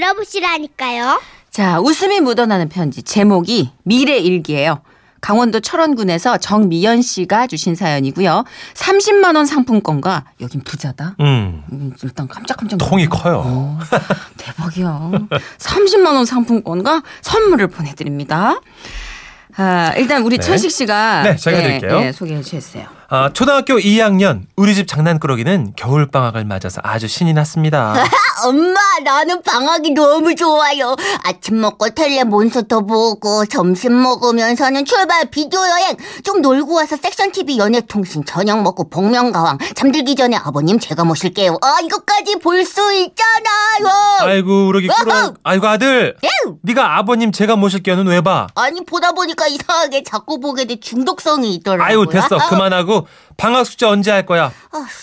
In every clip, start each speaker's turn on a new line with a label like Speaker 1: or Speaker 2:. Speaker 1: 들어보시라니까요.
Speaker 2: 자, 웃음이 묻어나는 편지. 제목이 미래 일기예요. 강원도 철원군에서 정미연 씨가 주신 사연이고요. 30만 원 상품권과 여긴 부자다.
Speaker 3: 음.
Speaker 2: 음, 일단 깜짝깜짝
Speaker 3: 통이
Speaker 2: 놀랐어요.
Speaker 3: 커요.
Speaker 2: 어, 대박이야. 30만 원 상품권과 선물을 보내드립니다. 아, 일단 우리
Speaker 3: 네.
Speaker 2: 천식 씨가 예,
Speaker 3: 네, 제가 드릴게요.
Speaker 2: 소개해 주셨어요.
Speaker 3: 아, 초등학교 2학년 우리 집 장난꾸러기는 겨울 방학을 맞아서 아주 신이 났습니다.
Speaker 4: 엄마, 나는 방학이 너무 좋아요. 아침 먹고 텔레 몬스터 보고, 점심 먹으면서는 출발 비디오 여행, 좀 놀고 와서 섹션 TV 연예통신, 저녁 먹고 복면가왕, 잠들기 전에 아버님 제가 모실게요. 아, 이것까지 볼 수 있잖아요.
Speaker 3: 아이고 우리 꾸러. 아이고 아들.
Speaker 4: 에휴.
Speaker 3: 네가 아버님 제가 모실게는 왜 봐?
Speaker 4: 아니, 보다 보니까 이상하게 자꾸 보게 돼 중독성이 있더라고요.
Speaker 3: 아이고 됐어
Speaker 4: 아,
Speaker 3: 그만하고 방학 숙제 언제 할 거야?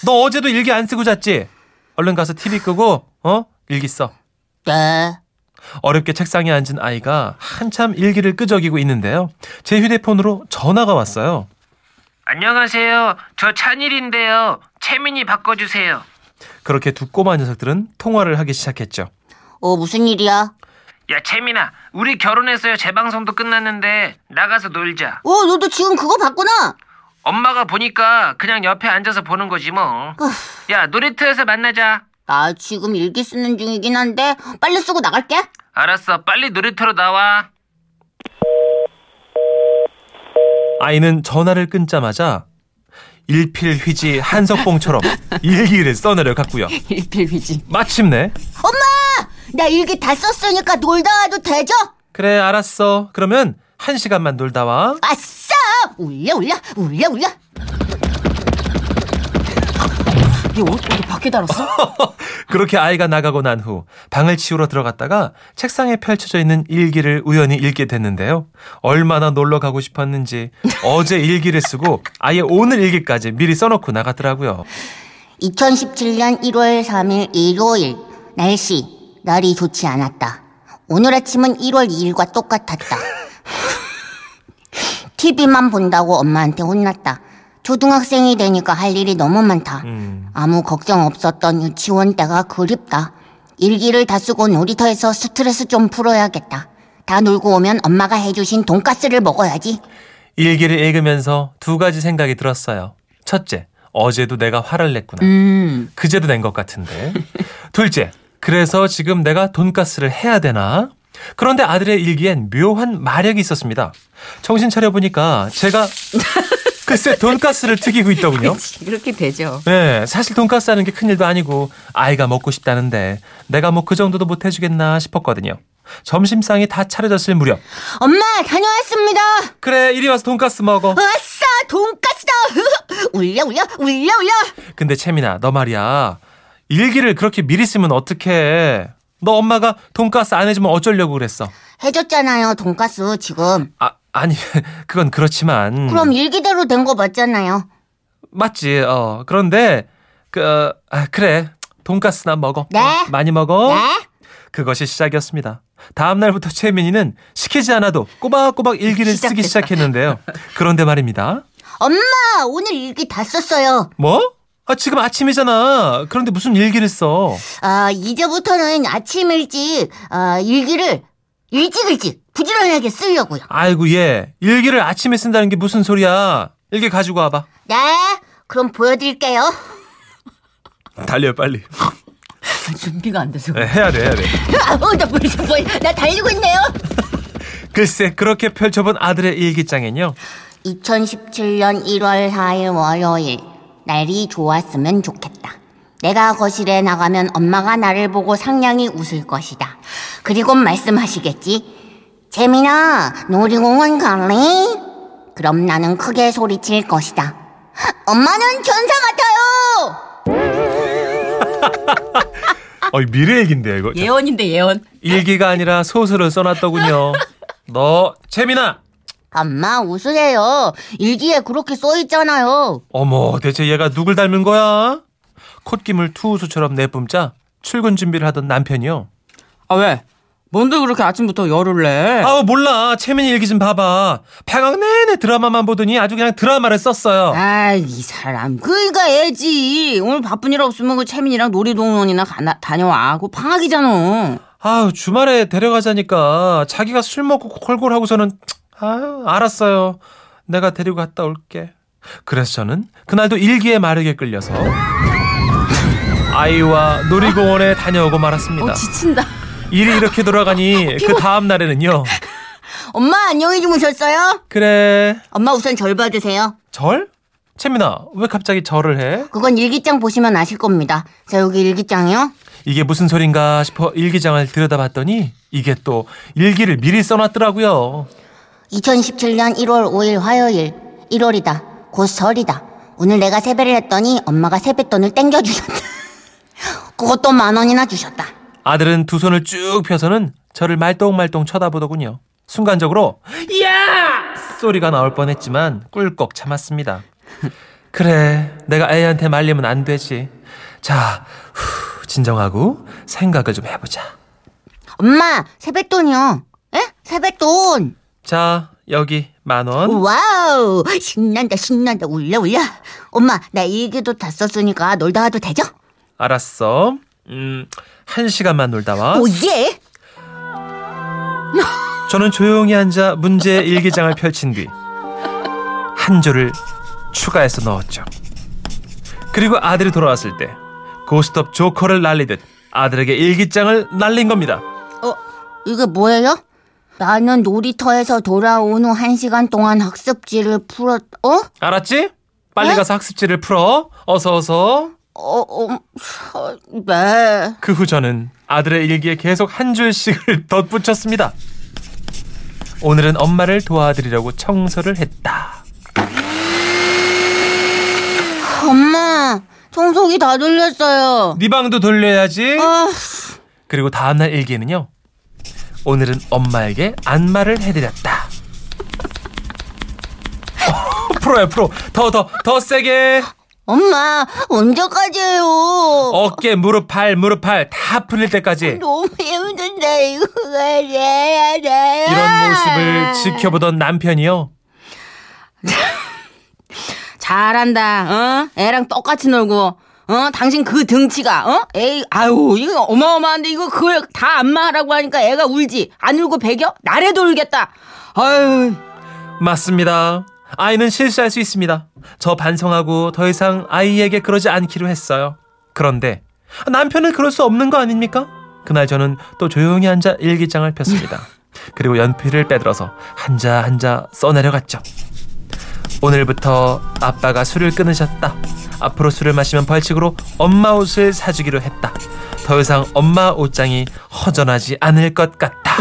Speaker 3: 너 어제도 일기 안 쓰고 잤지? 얼른 가서 TV 끄고 어 일기 써.
Speaker 4: 네.
Speaker 3: 어렵게 책상에 앉은 아이가 한참 일기를 끄적이고 있는데요. 제 휴대폰으로 전화가 왔어요.
Speaker 5: 안녕하세요. 저 찬일인데요. 채민이 바꿔주세요.
Speaker 3: 그렇게 두 꼬마 녀석들은 통화를 하기 시작했죠.
Speaker 4: 어, 무슨 일이야?
Speaker 5: 야 채민아, 우리 결혼했어요. 재방송도 끝났는데 나가서 놀자.
Speaker 4: 어, 너도 지금 그거 봤구나.
Speaker 5: 엄마가 보니까 그냥 옆에 앉아서 보는 거지 뭐. 야 놀이터에서 만나자.
Speaker 4: 나 지금 일기 쓰는 중이긴 한데, 빨리 쓰고 나갈게.
Speaker 5: 알았어. 빨리 놀이터로 나와.
Speaker 3: 아이는 전화를 끊자마자 일필휘지 한석봉처럼 일기를 써내려 갔고요.
Speaker 2: 일필휘지.
Speaker 3: 마침내
Speaker 4: 엄마! 나 일기 다 썼으니까 놀다 와도 되죠?
Speaker 3: 그래 알았어. 그러면 한 시간만 놀다 와.
Speaker 4: 아싸! 울려 울려 울려 울려
Speaker 2: 이게 옷 어디 밖에 달았어?
Speaker 3: 그렇게 아이가 나가고 난 후 방을 치우러 들어갔다가 책상에 펼쳐져 있는 일기를 우연히 읽게 됐는데요. 얼마나 놀러 가고 싶었는지 어제 일기를 쓰고 아예 오늘 일기까지 미리 써놓고 나갔더라고요.
Speaker 4: 2017년 1월 3일 일요일 날씨 날이 좋지 않았다 오늘 아침은 1월 2일과 똑같았다 TV만 본다고 엄마한테 혼났다 초등학생이 되니까 할 일이 너무 많다 아무 걱정 없었던 유치원 때가 그립다 일기를 다 쓰고 놀이터에서 스트레스 좀 풀어야겠다 다 놀고 오면 엄마가 해주신 돈가스를 먹어야지
Speaker 3: 일기를 읽으면서 두 가지 생각이 들었어요. 첫째, 어제도 내가 화를 냈구나.
Speaker 2: 음.
Speaker 3: 그제도 낸 것 같은데. 둘째, 그래서 지금 내가 돈가스를 해야 되나? 그런데 아들의 일기엔 묘한 마력이 있었습니다. 정신 차려보니까 제가 글쎄 돈가스를 튀기고 있더군요.
Speaker 2: 그치, 그렇게 되죠.
Speaker 3: 네, 사실 돈가스 하는 게 큰일도 아니고 아이가 먹고 싶다는데 내가 뭐 그 정도도 못 해주겠나 싶었거든요. 점심상이 다 차려졌을 무렵
Speaker 4: 엄마 다녀왔습니다
Speaker 3: 그래 이리 와서 돈가스 먹어.
Speaker 4: 아싸 돈까스다 울려 울려 울려 울려
Speaker 3: 근데 채민아 너 말이야 일기를 그렇게 미리 쓰면 어떡해. 너 엄마가 돈가스 안 해주면 어쩌려고 그랬어.
Speaker 4: 해줬잖아요 돈까스 지금
Speaker 3: 아 아니 그건 그렇지만
Speaker 2: 음.
Speaker 4: 그럼 일기대로 된 거 맞잖아요
Speaker 3: 맞지 어 그런데 그 어, 아, 그래 돈가스나 먹어
Speaker 4: 네.
Speaker 3: 어, 많이 먹어
Speaker 4: 네?
Speaker 3: 그것이 시작이었습니다. 다음 날부터 최민희는 시키지 않아도 꼬박꼬박 일기를 쓰기
Speaker 2: 시작됐다.
Speaker 3: 시작했는데요. 그런데 말입니다.
Speaker 4: 엄마 오늘 일기 다 썼어요
Speaker 3: 뭐? 아, 지금 아침이잖아. 그런데 무슨 일기를 써?
Speaker 4: 아 이제부터는 아침 일찍 아 일기를 일찍 일찍 부지런하게 쓰려고요
Speaker 3: 아이고 얘 일기를 아침에 쓴다는 게 무슨 소리야? 일기 가지고 와봐.
Speaker 4: 네 그럼 보여드릴게요
Speaker 3: 달려 빨리.
Speaker 2: 준비가 안 돼서.
Speaker 3: 네, 해야 돼 해야 돼.
Speaker 4: 아, 어나 뭐야 나 달리고 있네요
Speaker 3: 글쎄 그렇게 펼쳐본 아들의 일기장엔요.
Speaker 4: 2017년 1월 4일 월요일 날이 좋았으면 좋겠다. 내가 거실에 나가면 엄마가 나를 보고 상냥히 웃을 것이다. 그리고 말씀하시겠지. 재민아, 놀이공원 갈래? 그럼 나는 크게 소리칠 것이다. 엄마는 전사 같아요!
Speaker 3: 어 미래 일기인데 이거.
Speaker 2: 예언인데 예언.
Speaker 3: 일기가 아니라 소설을 써놨더군요. 너 채민아.
Speaker 4: 엄마 웃으세요. 일기에 그렇게 써있잖아요.
Speaker 3: 어머 대체 얘가 누굴 닮은 거야? 콧김을 투우수처럼 내뿜자 출근 준비를 하던 남편이요.
Speaker 2: 아 왜? 뭔데 그렇게 아침부터 열을 내?
Speaker 3: 아우 몰라 채민이 일기 좀 봐봐. 방학 내내 드라마만 보더니 아주 그냥 드라마를 썼어요.
Speaker 2: 아, 이 사람.
Speaker 4: 그러니까
Speaker 2: 그이가 애지. 오늘 바쁜 일 없으면 그 채민이랑 놀이동원이나 가나, 다녀와. 그 방학이잖아.
Speaker 3: 아유, 주말에 데려가자니까 자기가 술 먹고 골골하고서는 아유, 알았어요. 내가 데리고 갔다 올게. 그래서 저는 그날도 일기에 마르게 끌려서 아이와 놀이공원에 다녀오고 말았습니다.
Speaker 2: 어, 지친다.
Speaker 3: 일이 이렇게 돌아가니 그 다음 날에는요.
Speaker 4: 엄마 안녕히 주무셨어요?
Speaker 3: 그래.
Speaker 4: 엄마 우선 절 봐주세요.
Speaker 3: 절? 채민아, 왜 갑자기 절을 해?
Speaker 4: 그건 일기장 보시면 아실 겁니다. 자 여기 일기장이요.
Speaker 3: 이게 무슨 소린가 싶어 일기장을 들여다봤더니 이게 또 일기를 미리 써놨더라고요.
Speaker 4: 2017년 1월 5일 화요일 1월이다. 곧 설이다. 오늘 내가 세배를 했더니 엄마가 세뱃돈을 땡겨주셨다. 그것도 만 원이나 주셨다.
Speaker 3: 아들은 두 손을 쭉 펴서는 저를 말똥말똥 쳐다보더군요. 순간적으로 야! 소리가 나올 뻔했지만 꿀꺽 참았습니다. 그래, 내가 애한테 말리면 안 되지. 자, 후, 진정하고 생각을 좀 해보자.
Speaker 4: 엄마 세뱃돈이요. 에? 세뱃돈.
Speaker 3: 자, 여기 만 원.
Speaker 4: 와우 신난다 신난다 울려 울려. 엄마 나 일기도 다 썼으니까 놀다 와도 되죠?
Speaker 3: 알았어. 음, 한 시간만 놀다 와.
Speaker 4: 오예.
Speaker 3: 저는 조용히 앉아 문제 일기장을 펼친 뒤 한 줄을 추가해서 넣었죠. 그리고 아들이 돌아왔을 때 고스톱 조커를 날리듯 아들에게 일기장을 날린 겁니다.
Speaker 4: 어, 이게 뭐예요? 나는 놀이터에서 돌아온 후 한시간 동안 학습지를 풀었, 어?
Speaker 3: 알았지? 빨리
Speaker 4: 네?
Speaker 3: 가서 학습지를 풀어. 어서 어서.
Speaker 4: 어, 어, 어, 네.
Speaker 3: 그 후 저는 아들의 일기에 계속 한 줄씩을 덧붙였습니다. 오늘은 엄마를 도와드리려고 청소를 했다.
Speaker 4: 엄마, 청소기 다 돌렸어요.
Speaker 3: 네 방도 돌려야지.
Speaker 4: 아,
Speaker 3: 그리고 다음날 일기에는요. 오늘은 엄마에게 안마를 해드렸다. 어, 프로야 프로. 더 더 더 세게.
Speaker 4: 엄마, 언제까지 해요?
Speaker 3: 어깨 무릎 팔 무릎 팔 다 풀릴 때까지
Speaker 4: 너무 힘든데, 이거 해야 돼.
Speaker 3: 이런 모습을 지켜보던 남편이요.
Speaker 2: 잘한다. 어? 애랑 똑같이 놀고. 어? 당신 그 등치가 어? 에이 아유 이거 어마어마한데 이거 그걸 다 안마하라고 하니까 애가 울지. 안 울고 배겨? 나래도 울겠다. 아유.
Speaker 3: 맞습니다. 아이는 실수할 수 있습니다. 저 반성하고 더 이상 아이에게 그러지 않기로 했어요. 그런데 남편은 그럴 수 없는 거 아닙니까? 그날 저는 또 조용히 앉아 일기장을 폈습니다. 그리고 연필을 빼들어서 한자 한자 써내려갔죠. 오늘부터 아빠가 술을 끊으셨다. 앞으로 술을 마시면 벌칙으로 엄마 옷을 사주기로 했다. 더 이상 엄마 옷장이 허전하지 않을 것 같다.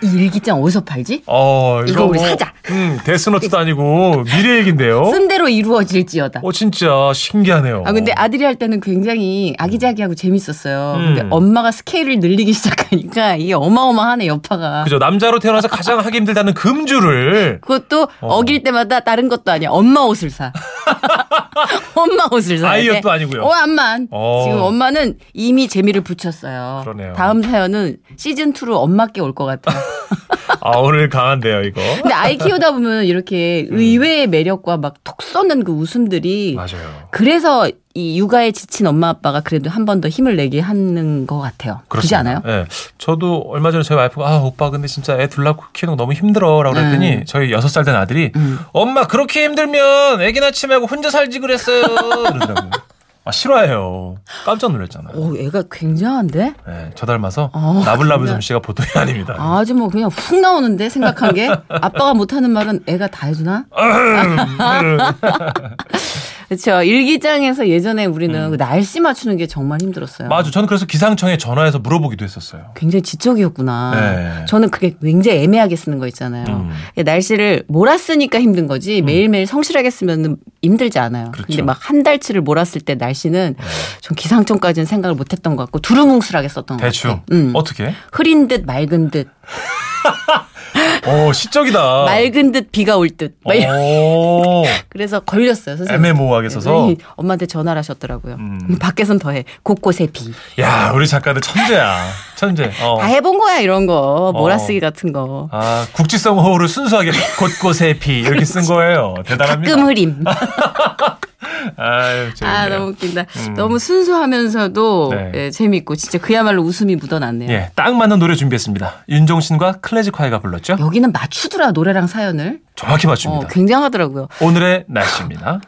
Speaker 2: 이 일기장 어디서 팔지?
Speaker 3: 어,
Speaker 2: 이거 우리 사자.
Speaker 3: 음, 데스노트도 아니고 미래 얘긴데요.
Speaker 2: 쓴 대로 이루어질지어다.
Speaker 3: 어 진짜 신기하네요.
Speaker 2: 아 근데 아들이 할 때는 굉장히 아기자기하고 재밌었어요.
Speaker 3: 음.
Speaker 2: 근데 엄마가 스케일을 늘리기 시작하니까 이게 어마어마하네 여파가.
Speaker 3: 그죠 남자로 태어나서 가장 하기 힘들다는 금주를
Speaker 2: 그것도 어. 길 때마다 다른 것도 아니야. 엄마 옷을 사. 엄마 옷을 사.
Speaker 3: 아이 옷도 아니고요.
Speaker 2: 어, 암만.
Speaker 3: 어.
Speaker 2: 지금 엄마는 이미 재미를 붙였어요.
Speaker 3: 그러네요.
Speaker 2: 다음 사연은 시즌 2로 엄마께 올 것 같아요.
Speaker 3: 아 오늘 강한데요 이거.
Speaker 2: 근데 아이 키우다 보면 이렇게 의외의 매력과 막 톡 쏘는 그 웃음들이
Speaker 3: 음. 맞아요.
Speaker 2: 그래서 이 육아에 지친 엄마 아빠가 그래도 한 번 더 힘을 내게 하는 것 같아요. 그렇지
Speaker 3: 그렇습니다.
Speaker 2: 않아요?
Speaker 3: 예. 저도 얼마 전에 저희 와이프가 아 오빠 근데 진짜 애 둘 낳고 키우는 거 너무 힘들어라고
Speaker 2: 음.
Speaker 3: 그랬더니 저희 여섯 살 된 아들이 엄마 그렇게 힘들면 애기 낳지 말고 혼자 살지 그랬어요. 이러더라고요. 아 싫어해요. 깜짝 놀랐잖아요.
Speaker 2: 오, 애가 굉장한데?
Speaker 3: 예, 저 닮아서
Speaker 2: 어,
Speaker 3: 나불나불
Speaker 2: 진짜.
Speaker 3: 솜씨가 보통이 아닙니다.
Speaker 2: 아주 뭐 그냥 훅 나오는데 생각한 게 아빠가 못하는 말은 애가 다 해주나?
Speaker 3: 음.
Speaker 2: 그렇죠. 일기장에서 예전에 우리는 그 날씨 맞추는 게 정말 힘들었어요.
Speaker 3: 음. 맞아. 저는 그래서 기상청에 전화해서 물어보기도 했었어요.
Speaker 2: 굉장히 지적이었구나.
Speaker 3: 네.
Speaker 2: 저는 그게 굉장히 애매하게 쓰는 거 있잖아요.
Speaker 3: 음.
Speaker 2: 날씨를 몰았으니까 힘든 거지 매일매일 성실하게 쓰면 힘들지 않아요. 근데
Speaker 3: 그렇죠. 네.
Speaker 2: 막 한 달치를 몰았을 때 날씨는 전 기상청까지는 생각을 못 했던 것 같고 두루뭉술하게 썼던 것
Speaker 3: 대충
Speaker 2: 같아요. 음.
Speaker 3: 어떻게?
Speaker 2: 흐린 듯 맑은 듯
Speaker 3: 오 어, 시적이다.
Speaker 2: 맑은 듯 비가 올 듯. 막 이런-
Speaker 3: 오
Speaker 2: 그래서 걸렸어요. 선생님.
Speaker 3: 어.
Speaker 2: 네.
Speaker 3: 애매모호하게 써서.
Speaker 2: 엄마한테 전화를 하셨더라고요.
Speaker 3: 음.
Speaker 2: 밖에선 더해. 곳곳에 비.
Speaker 3: 야 우리 작가들 천재야. 천재. 어.
Speaker 4: 아,
Speaker 2: 다 해본 거야 이런 거. 몰아쓰기 같은 거.
Speaker 3: 아 국지성 호우를 순수하게 곳곳에 피 이렇게 쓴 거예요. 대단합니다.
Speaker 2: 가끔 흐림.
Speaker 3: 아유, 재밌네요.
Speaker 4: 아 너무 웃긴다. 너무 순수하면서도
Speaker 3: 음. 네.
Speaker 4: 예, 재밌고 진짜 그야말로 웃음이 묻어났네요.
Speaker 3: 예, 딱 맞는 노래 준비했습니다. 윤종신과 클래식 화이가 불렀죠?
Speaker 4: 여기는 맞추더라 노래랑 사연을.
Speaker 3: 정확히 맞춥니다.
Speaker 4: 어, 굉장하더라고요.
Speaker 3: 오늘의 날씨입니다.